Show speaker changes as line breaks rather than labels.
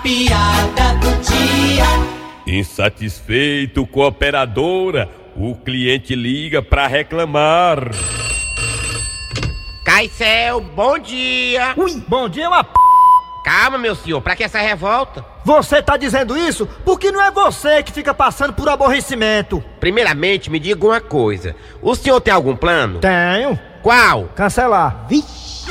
piada do dia.
Insatisfeito com a operadora, o cliente liga para reclamar.
Caicel, bom dia!
Ui, bom dia, uma p...
Calma, meu senhor, pra que essa revolta?
Você tá dizendo isso porque não é você que fica passando por aborrecimento.
Primeiramente, me diga uma coisa: o senhor tem algum plano?
Tenho.
Qual?
Cancelar. Vixe.